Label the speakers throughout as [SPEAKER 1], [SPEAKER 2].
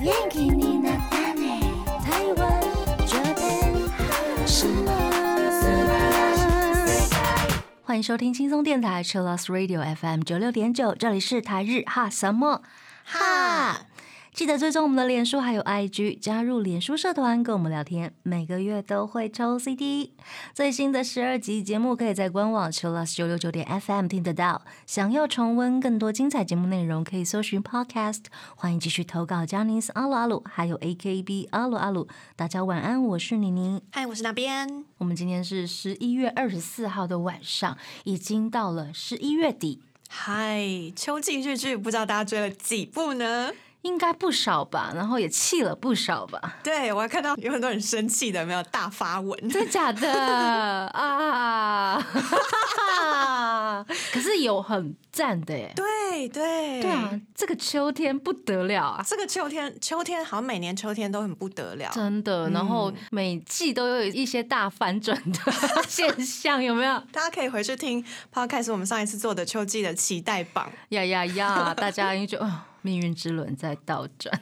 [SPEAKER 1] 元気になったね台湾这边什么？
[SPEAKER 2] 欢迎收听轻松电台 Chillus Radio FM 九六点九，这里是台日哈什么哈。记得追踪我们的脸书还有 IG，加入脸书社团跟我们聊天，每个月都会抽 CD。最新的十二集节目可以在官网 Chillus 九六九点 FM 听得到。想要重温更多精彩节目内容，可以搜寻 Podcast。欢迎继续投稿 j a n i c e 阿鲁阿鲁，还有 AKB 阿鲁阿鲁。大家晚安，我是妮妮。
[SPEAKER 3] 嗨，我是那边。
[SPEAKER 2] 我们今天是十一月二十四号的晚上，已经到了十一月底，
[SPEAKER 3] 嗨，秋季日剧不知道大家追了几部呢？
[SPEAKER 2] 应该不少吧？然后也气了不少吧？
[SPEAKER 3] 对我还看到有很多人生气的，有没有大发文。
[SPEAKER 2] 真的 假的啊？ 可是有很赞的耶！
[SPEAKER 3] 对对
[SPEAKER 2] 对啊，，这个秋天不得了啊！
[SPEAKER 3] 这个秋天，秋天好像每年秋天都很不得了。
[SPEAKER 2] 真的，然后每季都有一些大反转 的现象，有没有？
[SPEAKER 3] 大家可以回去听 podcast，我们上一次做的秋季的期待榜。
[SPEAKER 2] 呀呀呀！大家就觉得、哦、命运之轮在倒转，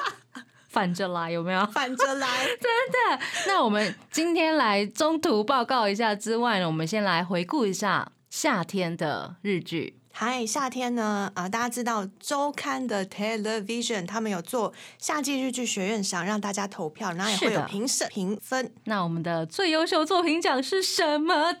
[SPEAKER 2] 反着来，有没有？
[SPEAKER 3] 反着 来，
[SPEAKER 2] 真的。 那我们今天来中途报告一下之外呢，我们先来回顾一下夏天的日剧。
[SPEAKER 3] 嗨，夏天呢啊、大家知道周刊的 Television 他们有做夏季日剧学院赏，让大家投票，然后也
[SPEAKER 2] 是
[SPEAKER 3] 会
[SPEAKER 2] 的
[SPEAKER 3] 有评审评分。
[SPEAKER 2] 那我们的最优秀作品奖是什么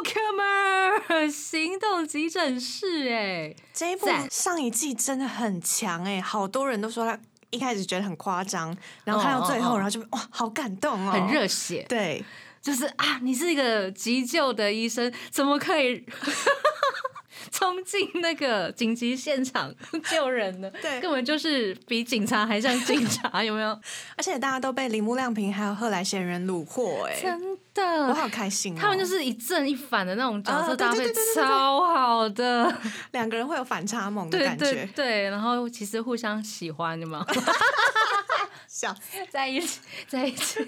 [SPEAKER 2] ？Tokyo 行动急诊室、哎，
[SPEAKER 3] 这一部
[SPEAKER 2] 赞
[SPEAKER 3] 上一季真的很强哎、好多人都说他一开始觉得很夸张，然后看到最后，
[SPEAKER 2] 哦哦哦
[SPEAKER 3] 然后就哇，好感动哦，
[SPEAKER 2] 很。热血，
[SPEAKER 3] 对，
[SPEAKER 2] 就是啊，你是一个急救的医生，怎么可以 冲进那个紧急现场救人呢？
[SPEAKER 3] 对
[SPEAKER 2] 根本就是比警察还像警察，有没有？
[SPEAKER 3] 而且大家都被铃木亮平还有贺来贤人虏获哎、
[SPEAKER 2] 真
[SPEAKER 3] 我
[SPEAKER 2] 的，
[SPEAKER 3] 好开心、哦！
[SPEAKER 2] 他们就是一正一反的那种角色
[SPEAKER 3] 啊对对
[SPEAKER 2] 搭配
[SPEAKER 3] 对对对，对
[SPEAKER 2] 超好的，
[SPEAKER 3] 两个人会有反差萌的
[SPEAKER 2] 对
[SPEAKER 3] 感觉，
[SPEAKER 2] 对对，然后其实互相喜欢的 嘛，
[SPEAKER 3] 笑死
[SPEAKER 2] 在一起，在一 起，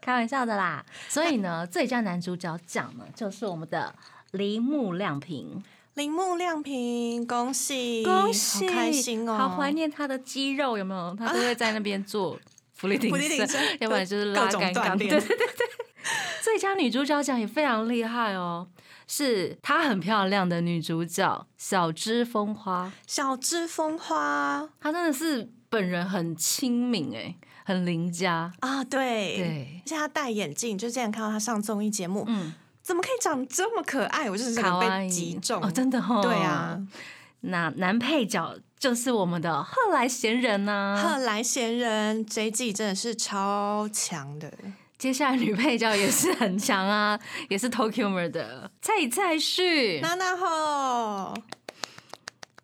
[SPEAKER 2] 开玩笑的啦。所以呢，最佳男主角奖呢，就是我们的铃木亮平，
[SPEAKER 3] 铃木亮平，恭喜，
[SPEAKER 2] 恭喜，
[SPEAKER 3] 好开心哦，
[SPEAKER 2] 好怀念他的肌肉，有没有？他都会在那边做福利挺
[SPEAKER 3] 福利挺身
[SPEAKER 2] 要不然就是拉
[SPEAKER 3] 各种
[SPEAKER 2] 杆杠，
[SPEAKER 3] 锻
[SPEAKER 2] 对
[SPEAKER 3] 炼
[SPEAKER 2] 对对对。最佳女主角奖也非常厉害哦，是她很漂亮的女主角小芝风花，
[SPEAKER 3] 小枝风花
[SPEAKER 2] 她真的是本人很亲民哎、很邻家，
[SPEAKER 3] 啊，对
[SPEAKER 2] 对
[SPEAKER 3] 而且他戴眼镜，就之前看到他上综艺节目，
[SPEAKER 2] 嗯，
[SPEAKER 3] 怎么可以长这么可爱？我就是整
[SPEAKER 2] 卡
[SPEAKER 3] 个
[SPEAKER 2] 哇
[SPEAKER 3] 被
[SPEAKER 2] 伊
[SPEAKER 3] 击中，
[SPEAKER 2] 哦，真的哦，
[SPEAKER 3] 对啊。，
[SPEAKER 2] 那男配角就是我们的赫来贤人啊呐、
[SPEAKER 3] 贺来贤人这一季真的是超强的，
[SPEAKER 2] 接下来女配角也是很强啊， 也是 Tokyo 的蔡蔡旭，
[SPEAKER 3] 娜娜后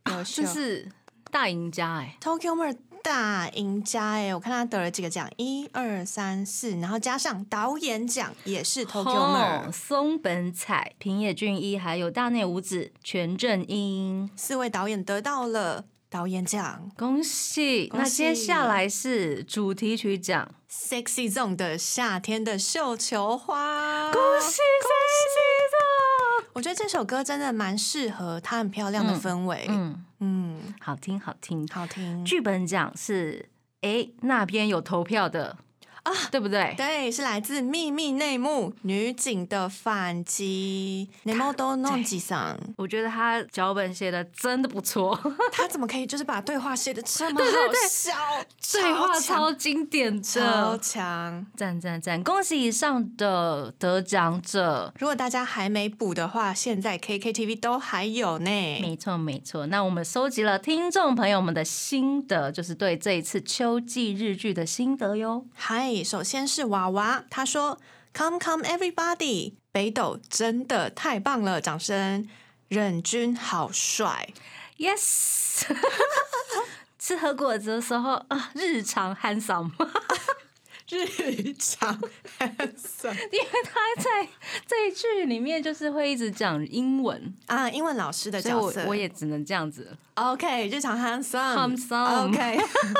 [SPEAKER 3] 优秀
[SPEAKER 2] 就。是大赢家哎、
[SPEAKER 3] Tokyo Mer 大赢家哎、我看他得了几个奖，一二三四，然后加上导演奖也是 Tokyo Mer，、
[SPEAKER 2] 哦松本彩、平野俊一，还有大内五子、全正英，
[SPEAKER 3] 四位导演得到了导演奖
[SPEAKER 2] 恭喜！
[SPEAKER 3] 恭喜
[SPEAKER 2] 那接下来是主题曲奖，
[SPEAKER 3] ，Sexy Zone 的夏天的绣球花，
[SPEAKER 2] 恭
[SPEAKER 3] 我觉得这首歌真的蛮适合它很漂亮的氛围，
[SPEAKER 2] 喜
[SPEAKER 3] 嗯
[SPEAKER 2] 嗯，好听好听。
[SPEAKER 3] 好听。
[SPEAKER 2] 剧本奖是哎那边有投票的啊，对不对？
[SPEAKER 3] 对，是来自《秘密内幕》女警的反击。n e m o d o n o n j i s a n
[SPEAKER 2] 我觉得他脚本写的真的不错，
[SPEAKER 3] 他怎么可以就是把 对话写的这么
[SPEAKER 2] 对
[SPEAKER 3] 好
[SPEAKER 2] 对
[SPEAKER 3] 笑？
[SPEAKER 2] 对话
[SPEAKER 3] 强
[SPEAKER 2] 超经典
[SPEAKER 3] 超
[SPEAKER 2] 的，
[SPEAKER 3] 强！
[SPEAKER 2] 赞赞赞！恭喜以上的得奖者，
[SPEAKER 3] 如果大家还没补的话，现在 KKTV 都还有呢。
[SPEAKER 2] 没错，没错。那我们收集了听众朋友们的心得，就是对这一次秋季日剧的心得哟。
[SPEAKER 3] 嗨，首先是娃娃，他说：“Come come everybody，北斗真的太棒了，掌声！忍君好帅，
[SPEAKER 2] Yes，吃和果子的时候啊，日常 handsome，
[SPEAKER 3] 日常 handsome
[SPEAKER 2] 因为他在这一句里面就是会一直讲英文，
[SPEAKER 3] 啊，英文老师的
[SPEAKER 2] 所以
[SPEAKER 3] 角
[SPEAKER 2] 我
[SPEAKER 3] 色，
[SPEAKER 2] 我也只能这样子。
[SPEAKER 3] OK，日常 handsome，OK
[SPEAKER 2] Handsome。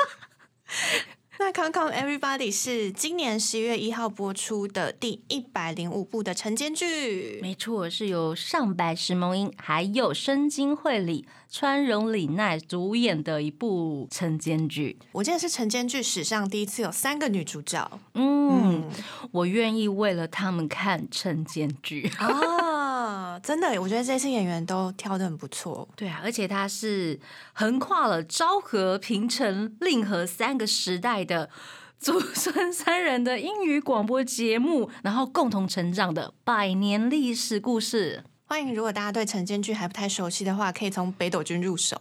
[SPEAKER 3] 那《Come Come Everybody》是今年十一月一号播出的第一百零五部的晨间剧。
[SPEAKER 2] 没错，是由上白石萌音还有深津绘里、川荣李奈主演的一部晨间剧。
[SPEAKER 3] 我记得是晨间剧史上第一次有三个女主角
[SPEAKER 2] 嗯，我愿意为了他们看晨间剧。
[SPEAKER 3] 啊，真的耶，我觉得这些演员都挑的很不错。
[SPEAKER 2] 对啊，而且它是横跨了昭和、平成、令和三个时代的祖孙三人的英语广播节目，然后共同成长的百年历史故事。
[SPEAKER 3] 欢迎，如果大家对晨间剧还不太熟悉的话，可以从北斗君入手。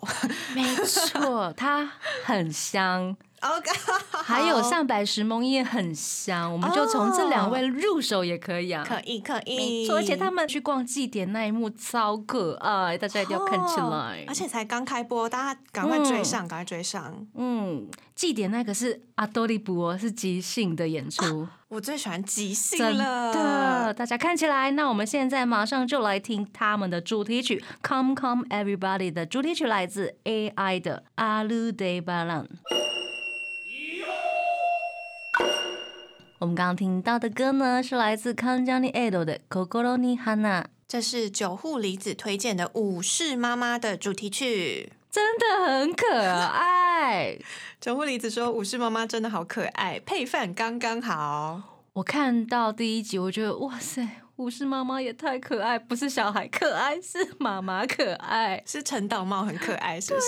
[SPEAKER 2] 没错， 它很香，
[SPEAKER 3] OK，
[SPEAKER 2] 还有上百石梦也很香，我们就从这两位入手也可以啊。
[SPEAKER 3] 哦可以可以，
[SPEAKER 2] 没错，而且他们去逛祭典那一幕超可爱，大家一定要看起来
[SPEAKER 3] 哦。而且才刚开播，大家赶快追上，赶、快追上！
[SPEAKER 2] 嗯，祭典那个是阿多利布哦，是即兴的演出，
[SPEAKER 3] 我最喜欢即兴
[SPEAKER 2] 真
[SPEAKER 3] 了，
[SPEAKER 2] 的，大家看起来。那我们现在马上就来听他们的主题曲《Come Come Everybody》的主题曲，来自 AI 的《阿鲁德巴浪》。我们刚刚听到的歌呢，是来自 Kanjani Edo 的《Kokoro ni Hana》。
[SPEAKER 3] 这是九户离子推荐的《武士妈妈》的主题曲。
[SPEAKER 2] 真的很可爱。
[SPEAKER 3] 九户离子说：“武士妈妈真的好可爱，配饭刚刚好。
[SPEAKER 2] 我看到第一集，我觉得哇塞，武士妈妈也太可爱，不是小孩可爱，是妈妈可爱，”
[SPEAKER 3] 是陈导茂很可爱，是不是？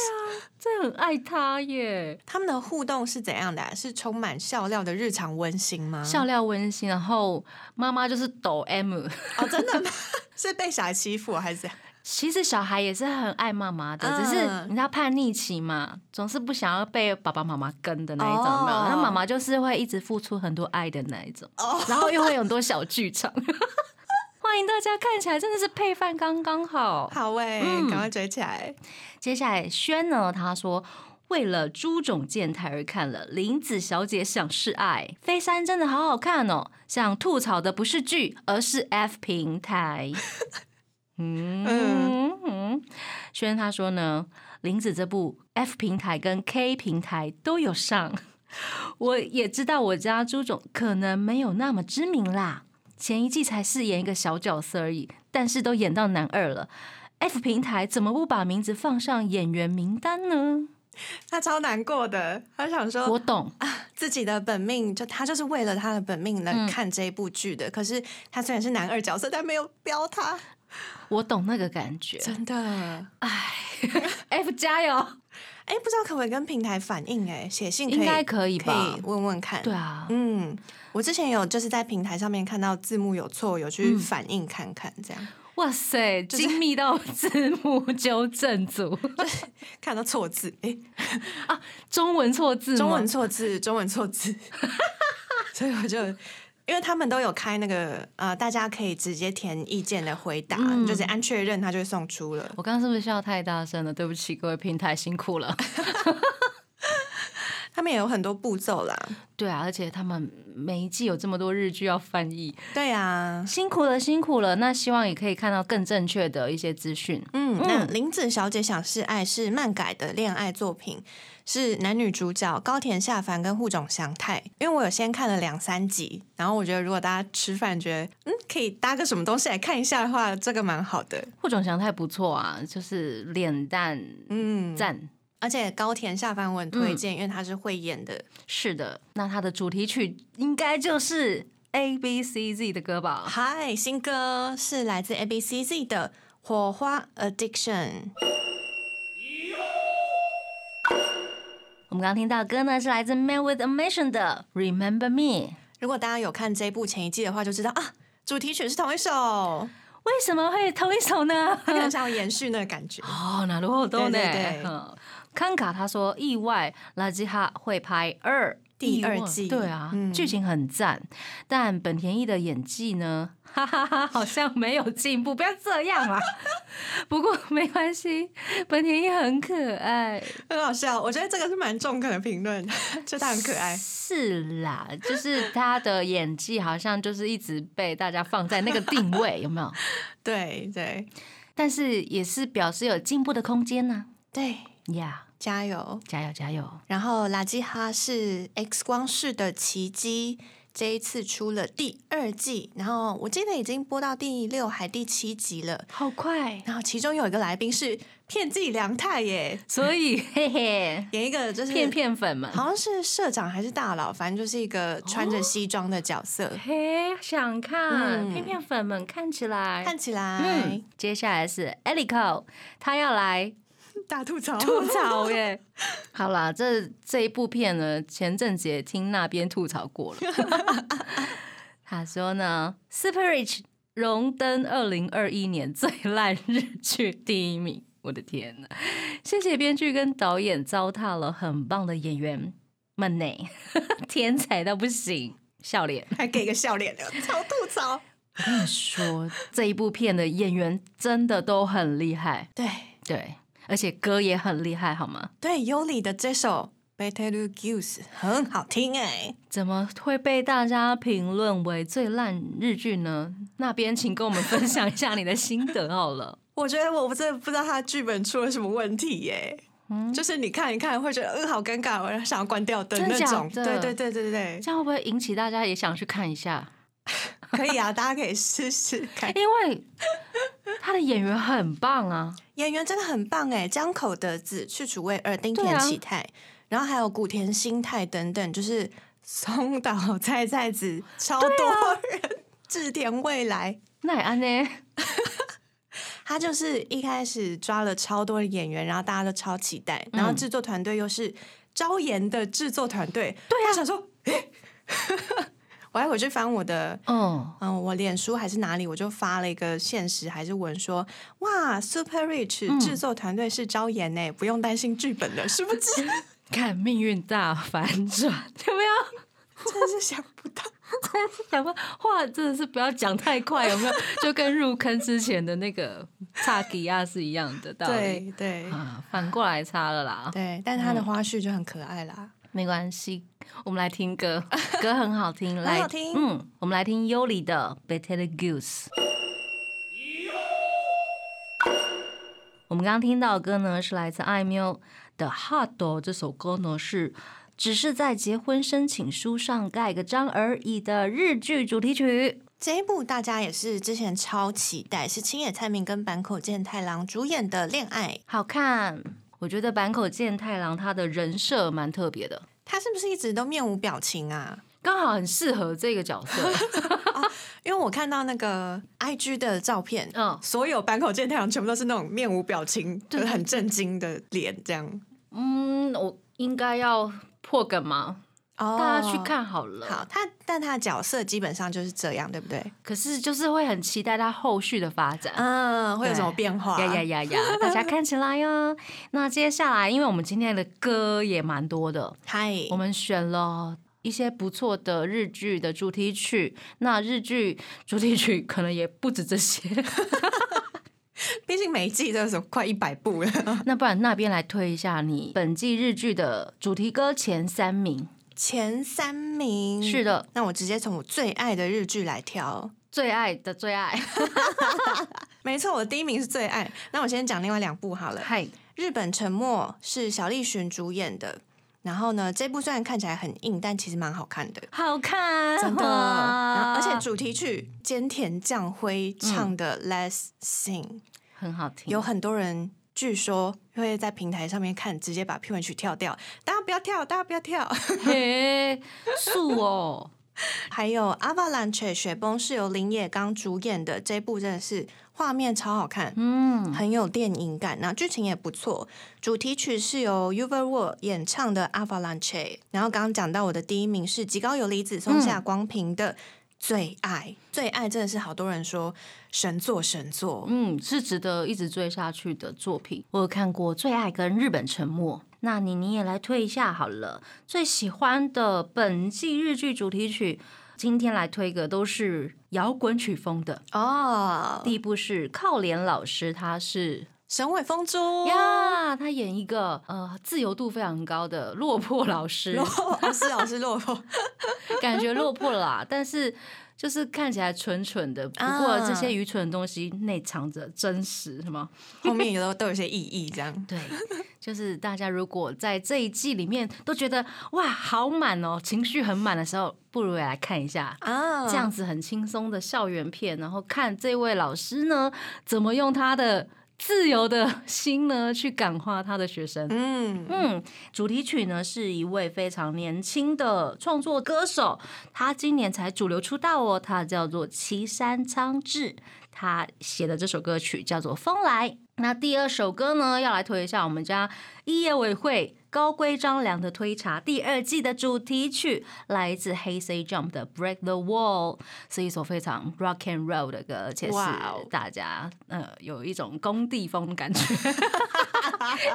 [SPEAKER 2] 真的很爱她耶。
[SPEAKER 3] 啊他们的互动是怎样的啊、是充满笑料的日常温馨吗？
[SPEAKER 2] 笑料温馨，然后妈妈就是抖 M。
[SPEAKER 3] 哦，真的吗？ 是被小孩欺负还是 怎样？
[SPEAKER 2] 其实小孩也是很爱妈妈的，
[SPEAKER 3] 嗯
[SPEAKER 2] 只是你知道叛逆期嘛，总是不想要被爸爸妈妈跟的那一种，
[SPEAKER 3] 哦
[SPEAKER 2] 有没有？那妈妈就是会一直付出很多爱的那一种，
[SPEAKER 3] 哦
[SPEAKER 2] 然后又会有很多小剧场。 欢迎大家，看起来真的是配饭刚刚好。
[SPEAKER 3] 好哎、
[SPEAKER 2] 嗯
[SPEAKER 3] 赶快追起来！
[SPEAKER 2] 接下来，轩呢，他说为了朱种健太而看了《林子小姐想示爱》，飞山真的好好看哦。想吐槽的不是剧，而是 F 平台。嗯嗯，轩他说呢，林子这部 F 平台跟 K 平台都有上。我也知道我家朱总可能没有那么知名啦，前一季才饰演一个小角色而已，但是都演到男二了。F 平台怎么不把名字放上演员名单呢？
[SPEAKER 3] 他超难过的，他想说：“
[SPEAKER 2] 我懂，
[SPEAKER 3] 自己的本命，就他就是为了他的本命能看这一部剧的。可是他虽然是男二角色，但没有标他，
[SPEAKER 2] 我懂那个感觉。
[SPEAKER 3] 真的。哎，
[SPEAKER 2] F 加油！
[SPEAKER 3] 不知道可不可以跟平台反映、哎，写信可以
[SPEAKER 2] 应该可以吧
[SPEAKER 3] 可以问问看。
[SPEAKER 2] 对，啊，
[SPEAKER 3] 嗯，我之前有就是在平台上面看到字幕有错，有
[SPEAKER 2] 嗯
[SPEAKER 3] 去反映看看，这样、
[SPEAKER 2] 哇塞，精密到字幕纠正 组，
[SPEAKER 3] 看到错字，哎、
[SPEAKER 2] 中文错字吗
[SPEAKER 3] 中文错字，中文错 字，所以我就。因为他们都有开那个呃，大家可以直接填意见的回答，你
[SPEAKER 2] 嗯
[SPEAKER 3] 就是按确认，他就会送出了。
[SPEAKER 2] 我刚刚是不是笑太大声了？对不起，各位平台辛苦 了。
[SPEAKER 3] 他们也有很多步骤啦，
[SPEAKER 2] 对啊，而且他们每一季有这么多日剧要翻译，
[SPEAKER 3] 对啊，
[SPEAKER 2] 辛苦了，辛苦了。那希望也可以看到更正确的一些资讯。
[SPEAKER 3] 嗯，那林子小姐想示爱是漫改的恋爱作品，是男女主角高田夏凡跟户冢祥太。因为我有先看了两三集，然后我觉得如果大家吃饭觉得嗯可以搭个什么东西来看一下的话，这个蛮好的。
[SPEAKER 2] 霍总祥太不错啊，就是脸蛋
[SPEAKER 3] 嗯，
[SPEAKER 2] 赞。
[SPEAKER 3] 而且高田夏凡我很推荐，因为他是会演的。
[SPEAKER 2] 是的，那它的主题曲应该就是 A B C Z 的歌吧？
[SPEAKER 3] 嗨，新歌是来自 A B C Z 的《火花 Addiction》。
[SPEAKER 2] 我们刚刚听到的歌呢，是来自 Man with a Mission 的《Remember Me》。
[SPEAKER 3] 如果大家有看这部前一季的话，就知道啊，主题曲是同一首。
[SPEAKER 2] 为什么会同一首呢？
[SPEAKER 3] 他可能想要延续那个感觉。
[SPEAKER 2] 哦，なるほど
[SPEAKER 3] 对对
[SPEAKER 2] ね
[SPEAKER 3] 对。
[SPEAKER 2] 嗯康卡他说意外，拉吉哈会拍二
[SPEAKER 3] 第二季
[SPEAKER 2] 意外对啊
[SPEAKER 3] 嗯，
[SPEAKER 2] 剧、情很赞，但本田翼的演技呢， 哈哈哈，好像没有进步，不要这样啦。 不过没关系，本田翼很可爱，
[SPEAKER 3] 很好笑，我觉得这个是蛮中肯的评 论，就他很可爱。
[SPEAKER 2] 是啦，就是他的演技好像就是一直被大家放在那个定位，有没有？
[SPEAKER 3] 对对
[SPEAKER 2] 但是也是表示有进步的空间呢、
[SPEAKER 3] 对，
[SPEAKER 2] 呀、
[SPEAKER 3] 加油！
[SPEAKER 2] 加油加油！
[SPEAKER 3] 然后拉基哈是《X 光式的奇迹》，这一次出了第二季，然后我记得已经播到第六还第七集了。
[SPEAKER 2] 好快，
[SPEAKER 3] 然后其中有一个来宾是片寄凉太耶，
[SPEAKER 2] 所以嘿嘿，
[SPEAKER 3] 演一个就是
[SPEAKER 2] 骗，骗粉们，
[SPEAKER 3] 好像是社长还是大佬，反正就是一个穿着西装的角色，
[SPEAKER 2] 嘿，想看
[SPEAKER 3] 嗯
[SPEAKER 2] 骗骗粉们看起来，
[SPEAKER 3] 看起来、
[SPEAKER 2] 嗯，接下来是 Elico，他要来
[SPEAKER 3] 大吐槽
[SPEAKER 2] 吐槽耶。 好啦，这这一部片呢，前阵子也听那边吐槽过了。 他说呢，《Super Rich》荣登二零二一年 最烂日剧第一名。我的天呐！谢谢编剧跟导演糟蹋了很棒的演员们呢， 天才到不行，笑脸。
[SPEAKER 3] 还给个笑脸的，超吐槽。
[SPEAKER 2] 我跟你说，这一部片的演员真的都很厉害，
[SPEAKER 3] 对
[SPEAKER 2] 对，而且歌也很厉害，好吗？
[SPEAKER 3] 对，尤里的这首《Better l o g u s 很好听哎、
[SPEAKER 2] 怎么会被大家评论为最烂日剧呢？ 那边请跟我们分享一下你的心得好了。
[SPEAKER 3] 我觉得我真的不知道他剧本出了什么问题耶、就是你看一看会觉得嗯好尴尬，我想要关掉灯
[SPEAKER 2] 嗯真的
[SPEAKER 3] 那
[SPEAKER 2] 假
[SPEAKER 3] 种。
[SPEAKER 2] 的
[SPEAKER 3] 对对对对对，
[SPEAKER 2] 这样会不会引起大家也想去看一下？
[SPEAKER 3] 可以啊，大家可以试试看。
[SPEAKER 2] 因为他的演员很棒啊，
[SPEAKER 3] 演员真的很棒哎，江口德子、去除卫二、丁
[SPEAKER 2] 啊
[SPEAKER 3] 田启泰，然后还有古田新太等等，就是松岛菜菜子，超
[SPEAKER 2] 啊
[SPEAKER 3] 多人。 志田未来，
[SPEAKER 2] 那也安呢？
[SPEAKER 3] 他就是一开始抓了超多的演员，然后大家都超期待，然后
[SPEAKER 2] 嗯
[SPEAKER 3] 制作团队又是昭妍的制作团队，对啊，想说，诶我还回去翻我的。
[SPEAKER 2] 嗯，
[SPEAKER 3] 嗯，我脸书还是哪里，我就发了一个现实还是文说，哇，Super Rich
[SPEAKER 2] 嗯
[SPEAKER 3] 制作团队是昭妍呢，不用担心剧本的， 殊不知
[SPEAKER 2] 看命运大反转， 有没有？
[SPEAKER 3] 真是想不到，
[SPEAKER 2] 想说话真的是不要讲太快，有没 有？就跟入坑之前的那个差吉亚是一样的道理
[SPEAKER 3] 对对
[SPEAKER 2] 啊，嗯反过来差了啦。
[SPEAKER 3] 对，但他的花絮就很可爱啦，
[SPEAKER 2] 没关系，我们来听 歌，歌很好听，
[SPEAKER 3] 很
[SPEAKER 2] 来，
[SPEAKER 3] 好听
[SPEAKER 2] 嗯，我们来听尤里的《Better Goose》。我们刚刚听到的歌呢，是来自艾喵的《Hard》这首歌呢，是只是在结婚申请书上盖个章而已的日剧主题曲。
[SPEAKER 3] 这一部大家也是之前超期待，是青野菜明跟坂口健太郎主演的《恋爱》，
[SPEAKER 2] 好看。我觉得坂口健太郎他的人设蛮特别的，
[SPEAKER 3] 他是不是一直都面无表情啊？
[SPEAKER 2] 刚好很适合这个角色。
[SPEAKER 3] 因为我看到那个 I G 的照片，
[SPEAKER 2] 嗯
[SPEAKER 3] 所有坂口健太郎全部都是那种面无表情、
[SPEAKER 2] 对
[SPEAKER 3] 就是很震惊的脸，这样。
[SPEAKER 2] 嗯，我应该要破梗吗？
[SPEAKER 3] 哦
[SPEAKER 2] 大家去。看好了。
[SPEAKER 3] 好，他但他的角色基本上就是这样，对不对？
[SPEAKER 2] 可是就是会很期待他后续的发展。
[SPEAKER 3] 嗯，会有什么变化？
[SPEAKER 2] 呀呀呀呀！大家看起来 哟。那接下来，因为我们今天的歌也蛮多的，
[SPEAKER 3] 嗨，
[SPEAKER 2] 我们选了一些不错的日剧的主题曲。那日剧主题曲 可能也不止这 些。
[SPEAKER 3] 毕竟每一季都有什么快一百部了。
[SPEAKER 2] 那不然那边来推一下你本季日剧的主题歌前三名。
[SPEAKER 3] 前三名
[SPEAKER 2] 是的，
[SPEAKER 3] 那我直接从我最爱的日剧来挑。
[SPEAKER 2] 最爱的最爱，
[SPEAKER 3] 没错，我的第一名是最爱。那我先讲另外两部好了。
[SPEAKER 2] 嗨，
[SPEAKER 3] 日本沉默是小栗旬主演的，然后呢，这部虽然看起来很硬，但其实蛮好看的，
[SPEAKER 2] 好看，
[SPEAKER 3] 真的。然后而且
[SPEAKER 2] 且
[SPEAKER 3] 主题曲菅田将晖唱的《Let's Sing》，
[SPEAKER 2] 很好听，
[SPEAKER 3] 有 很多人据说会在平台上面看，直接把片尾曲跳掉。大家不要跳，大家不要跳。
[SPEAKER 2] 嘿素哦，
[SPEAKER 3] 还有《Avalanche》雪崩是由林野刚主演的，这部真的是画面超好看，
[SPEAKER 2] 嗯，
[SPEAKER 3] 很有电影感，那剧情也不错。主题曲是由 u v e r w o r 演唱的《Avalanche》，然后刚刚讲到我的第一名是极高游离子松下
[SPEAKER 2] 嗯
[SPEAKER 3] 光平的《最爱》，最爱真的是好多人说神作神作。
[SPEAKER 2] 嗯，是值得一直追下去的作品。我有看过《最爱》跟《日本沉默》，那你你也来推一下好了。最喜欢的本季日剧主题曲，今天来推个都是摇滚曲风的。
[SPEAKER 3] 哦，
[SPEAKER 2] 第一部是靠脸老师，他是
[SPEAKER 3] 神尾风珠
[SPEAKER 2] 呀，他演一个呃自由度非常高的落魄老师
[SPEAKER 3] 落，哦是哦是落魄，
[SPEAKER 2] 感觉落魄啦，但是就是看起来蠢蠢的。不过
[SPEAKER 3] 啊
[SPEAKER 2] 这些愚蠢的东西内藏着真实，什么？
[SPEAKER 3] 后面有都有些意义这样。
[SPEAKER 2] 对，就是大家如果在这一季里面都觉得哇好满哦，情绪很满的时候，不如也来看一下。
[SPEAKER 3] 啊，
[SPEAKER 2] 这样子很轻松的校园片，然后看这位老师呢怎么用他的自由的 心呢去感化他的学生。
[SPEAKER 3] 嗯，
[SPEAKER 2] 嗯，主题曲呢是一位非常年轻的创作歌手，他今年才主流出道哦，他叫做岐山昌志，他写的这首歌曲叫做《风来》。那第二首歌呢，要来推一下我们家一业委会高规张良的推查第二季的主题曲，来自黑 C Jump 的《Break the Wall》，是一首非常 rock and roll 的歌，而且是
[SPEAKER 3] 哇哦
[SPEAKER 2] 大家呃有一种工地风的感觉。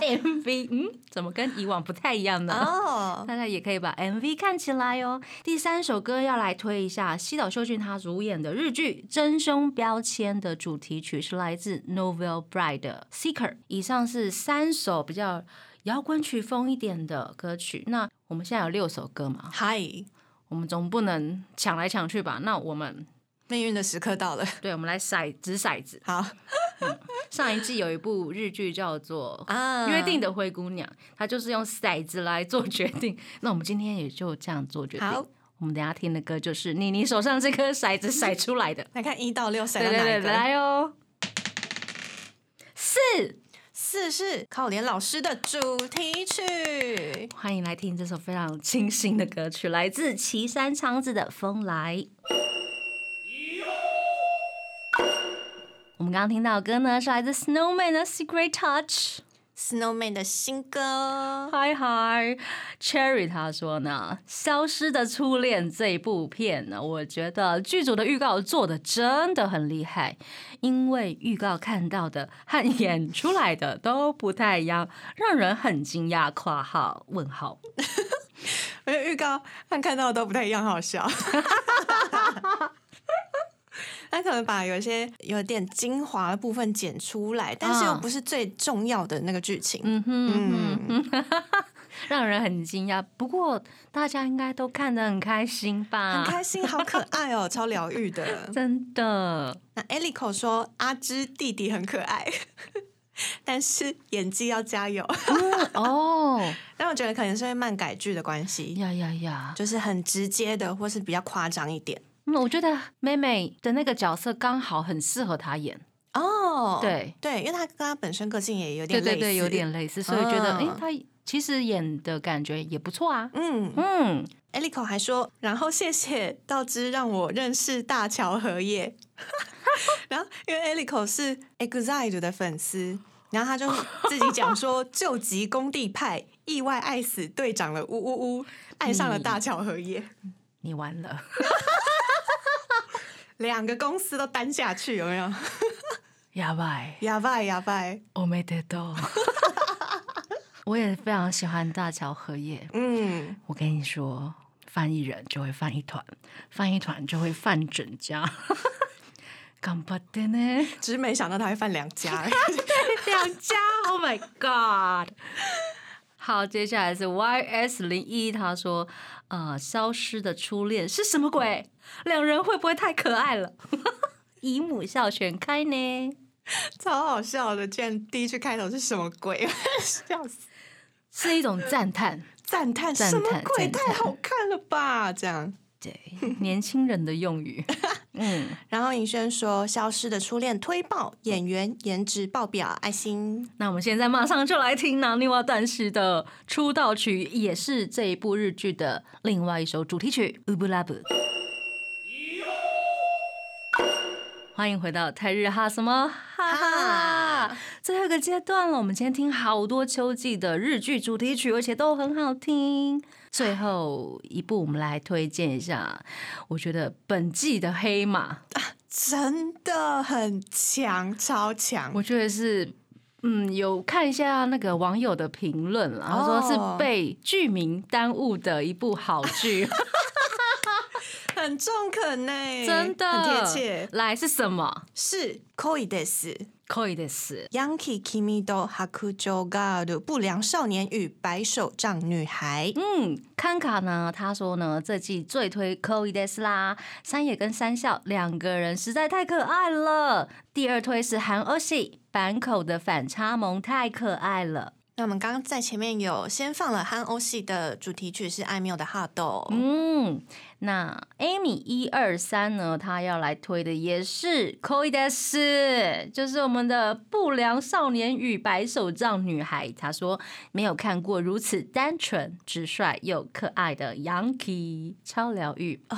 [SPEAKER 2] MV，嗯，怎么跟以往不太一样呢？
[SPEAKER 3] 哦，
[SPEAKER 2] 大家也可以把 MV 看起来哦。第三首歌要来推一下西岛秀俊他主演的日剧《真凶标签》的主题曲是来自 Novel Bride 的 Seeker。以上是三首比较摇滚曲风一点的歌曲。那我们现在有六首歌嘛，
[SPEAKER 3] 嗨，
[SPEAKER 2] 我们总不能抢来抢去吧？那我们
[SPEAKER 3] 命运的时刻到了，
[SPEAKER 2] 对，我们来骰掷骰子。
[SPEAKER 3] 好
[SPEAKER 2] 上一季有一部日剧叫做
[SPEAKER 3] 啊，
[SPEAKER 2] 约定的灰姑娘，她就是用骰子来做决定。那我们今天也就这样做决定
[SPEAKER 3] 好。，
[SPEAKER 2] 我们等一下听的歌就是妮妮手上这颗骰子骰出来的。
[SPEAKER 3] 来看一到六谁
[SPEAKER 2] 对对
[SPEAKER 3] 到哪
[SPEAKER 2] 对，
[SPEAKER 3] 一个？
[SPEAKER 2] 来哦，四，
[SPEAKER 3] 四是靠脸老师的主题曲，
[SPEAKER 2] 欢迎来听这首非常清新的歌曲，来自岐山昌子的《风来》。我们刚刚听到的歌呢，是来自 Snowman 的《Secret Touch》。
[SPEAKER 3] Snowman 的新歌，
[SPEAKER 2] 嗨嗨，Cherry 他说呢，《消失的初恋》这一部片呢，我觉得剧组的预告做的真的很厉害，因为预告看到的和演出来的都不太一样，让人很惊讶。（括号问号
[SPEAKER 3] 我觉得预告和看到的都不太一样，好笑。 他可能把有一些有点精华的部分剪出来，但是又
[SPEAKER 2] 啊
[SPEAKER 3] 不是最重要的那个剧情。）。
[SPEAKER 2] 嗯哼嗯
[SPEAKER 3] 嗯，
[SPEAKER 2] 哼，让人很惊讶。不过大家应该都看得很开心吧？
[SPEAKER 3] 很开心，好可爱哦，超疗愈的。
[SPEAKER 2] 真的。
[SPEAKER 3] 那 Elico 说阿芝弟弟很可爱， 但是演技要加油。
[SPEAKER 2] 哦，
[SPEAKER 3] 但我觉得可能是因为漫改剧的关系，
[SPEAKER 2] 呀呀呀！
[SPEAKER 3] 就是很直接的，或是比较夸张一点。
[SPEAKER 2] 嗯，我觉得妹妹的那个角色刚好很适合她演，
[SPEAKER 3] 哦，
[SPEAKER 2] 对
[SPEAKER 3] 对，因为他跟他本身个性也有
[SPEAKER 2] 对
[SPEAKER 3] 点类
[SPEAKER 2] 对
[SPEAKER 3] 似，
[SPEAKER 2] 对，有点类似，所以觉得，哎、
[SPEAKER 3] 嗯
[SPEAKER 2] 她其实演的感觉也不错啊。
[SPEAKER 3] 嗯。
[SPEAKER 2] 嗯，
[SPEAKER 3] Elico 还说，然后谢谢道之让我认识大桥和也。 然后因为 Elico 是 EXILE 的粉丝，然后他就自己 讲说，救急工地派意外爱死队长了，呜呜呜，爱上
[SPEAKER 2] 嗯
[SPEAKER 3] 了大桥和也，
[SPEAKER 2] 你完了，
[SPEAKER 3] 两个公司都担下去，有没有？
[SPEAKER 2] 哑巴，
[SPEAKER 3] 哑巴哑巴，
[SPEAKER 2] 我没得到。 我也非常喜欢大乔荷叶，
[SPEAKER 3] 嗯，
[SPEAKER 2] 我跟你说，翻译人就会翻一团，翻一团就会翻整家。 干巴的呢？
[SPEAKER 3] 只是没想到他会犯两家。
[SPEAKER 2] 两家，Oh my God！好，接下来是 YS 零一，他说：“呃，消失的初恋是什么鬼？两人会不会太可爱了？” 姨母笑全开呢，
[SPEAKER 3] 超好笑的，竟然第一句开头是什么鬼？ 笑死！
[SPEAKER 2] 是一种赞叹。
[SPEAKER 3] 赞叹
[SPEAKER 2] 赞
[SPEAKER 3] 什么
[SPEAKER 2] 叹
[SPEAKER 3] 鬼？
[SPEAKER 2] 赞叹
[SPEAKER 3] 太好看了吧！这样。
[SPEAKER 2] 对，年轻人的用语。嗯，
[SPEAKER 3] 然后尹轩说：“消失的初恋推爆演员颜值爆表，爱心。
[SPEAKER 2] 那我们现在马上就来听呢，另外但是的出道曲，也是这一部日剧的另外一首主题曲《乌布拉布》。欢迎回到泰日哈什么哈哈哈！最后一个阶段了，我们今天听好多秋季的日剧主题曲，而且都很好听。最后一部，我们来推荐一下，我觉得本季的黑马，”
[SPEAKER 3] 真的很强，超强
[SPEAKER 2] 我觉得是，嗯，有看一下那个网友的评论啦，他说
[SPEAKER 3] 哦
[SPEAKER 2] 是被剧名耽误的一部好 剧，
[SPEAKER 3] 很中肯呢、
[SPEAKER 2] 真的
[SPEAKER 3] 哎很贴切。
[SPEAKER 2] 来是什么？
[SPEAKER 3] 是 Koi des
[SPEAKER 2] Koi 的是
[SPEAKER 3] Yankee Kimi do Hakujo Garu 不良少年与白手杖女孩。
[SPEAKER 2] 嗯，康卡呢？他说呢，这季最推 Koi des 啦，山野跟山笑两个人实在太可爱了。第二推是韩欧系坂口的反差萌太可爱了。
[SPEAKER 3] 那我们刚刚在前面有先放了憨欧系的主题曲是艾缪的《哈豆》，
[SPEAKER 2] 嗯，那 Amy 一二三呢，她要来推的也是 c o i d e s 就是我们的不良少年与白手杖女孩。她说没有看过如此单纯、直率又可爱的 Yankee，超疗愈。哦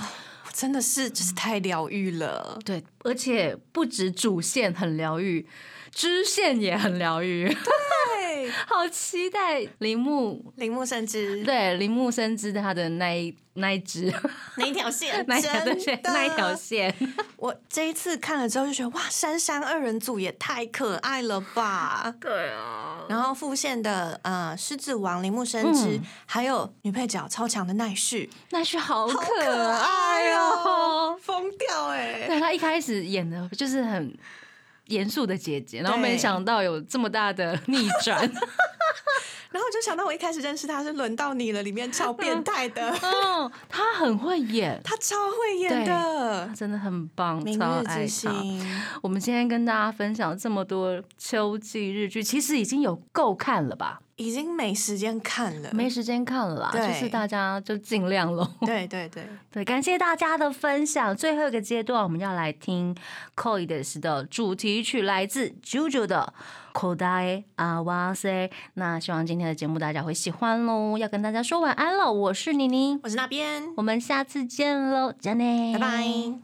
[SPEAKER 3] 真的是就是太疗愈了。
[SPEAKER 2] 对，而且不止主线很疗愈，支线也很疗愈。
[SPEAKER 3] 对，
[SPEAKER 2] 好期待铃木，
[SPEAKER 3] 铃木甚至
[SPEAKER 2] 对铃木深知他的那一那一只？
[SPEAKER 3] 哪一条线
[SPEAKER 2] 那一条
[SPEAKER 3] 真
[SPEAKER 2] 线
[SPEAKER 3] 的
[SPEAKER 2] 那一条线。
[SPEAKER 3] 我这一次看了之后就觉得，哇，珊珊二人组也太可爱了吧！
[SPEAKER 2] 对啊，
[SPEAKER 3] 然后副线的呃狮子王铃木伸之，
[SPEAKER 2] 嗯
[SPEAKER 3] 还有女配角超强的奈绪，
[SPEAKER 2] 那是好
[SPEAKER 3] 好
[SPEAKER 2] 可爱哦。欸
[SPEAKER 3] 疯掉哎、
[SPEAKER 2] 对他一开始演的就是很严肃的姐姐，然后
[SPEAKER 3] 对
[SPEAKER 2] 没想到有这么大的逆 转。
[SPEAKER 3] 然后我就想到我一开始认识他是《轮到你了》里面超变态 的，
[SPEAKER 2] 嗯，他很会演，
[SPEAKER 3] 他超会演的
[SPEAKER 2] 他，真的很棒，
[SPEAKER 3] 明
[SPEAKER 2] 超
[SPEAKER 3] 日
[SPEAKER 2] 爱
[SPEAKER 3] 之
[SPEAKER 2] 他。
[SPEAKER 3] 星。
[SPEAKER 2] 我们今天跟大家分享这么多秋季日剧，其实已经有够看了吧？
[SPEAKER 3] 已经没时间看了，
[SPEAKER 2] 没时间看了啦，
[SPEAKER 3] 对
[SPEAKER 2] 就是大家就尽量喽。
[SPEAKER 3] 对对对，
[SPEAKER 2] 对，感谢大家的分享。最后一个阶段，我们要来听 c o i d e s 的主题曲，来自 JoJo 的《口袋阿哇塞》。那希望今天的节目大家会喜欢喽。要跟大家说晚安了，我是妮妮，
[SPEAKER 3] 我是那边，
[SPEAKER 2] 我们下次见喽，再见，
[SPEAKER 3] 拜拜。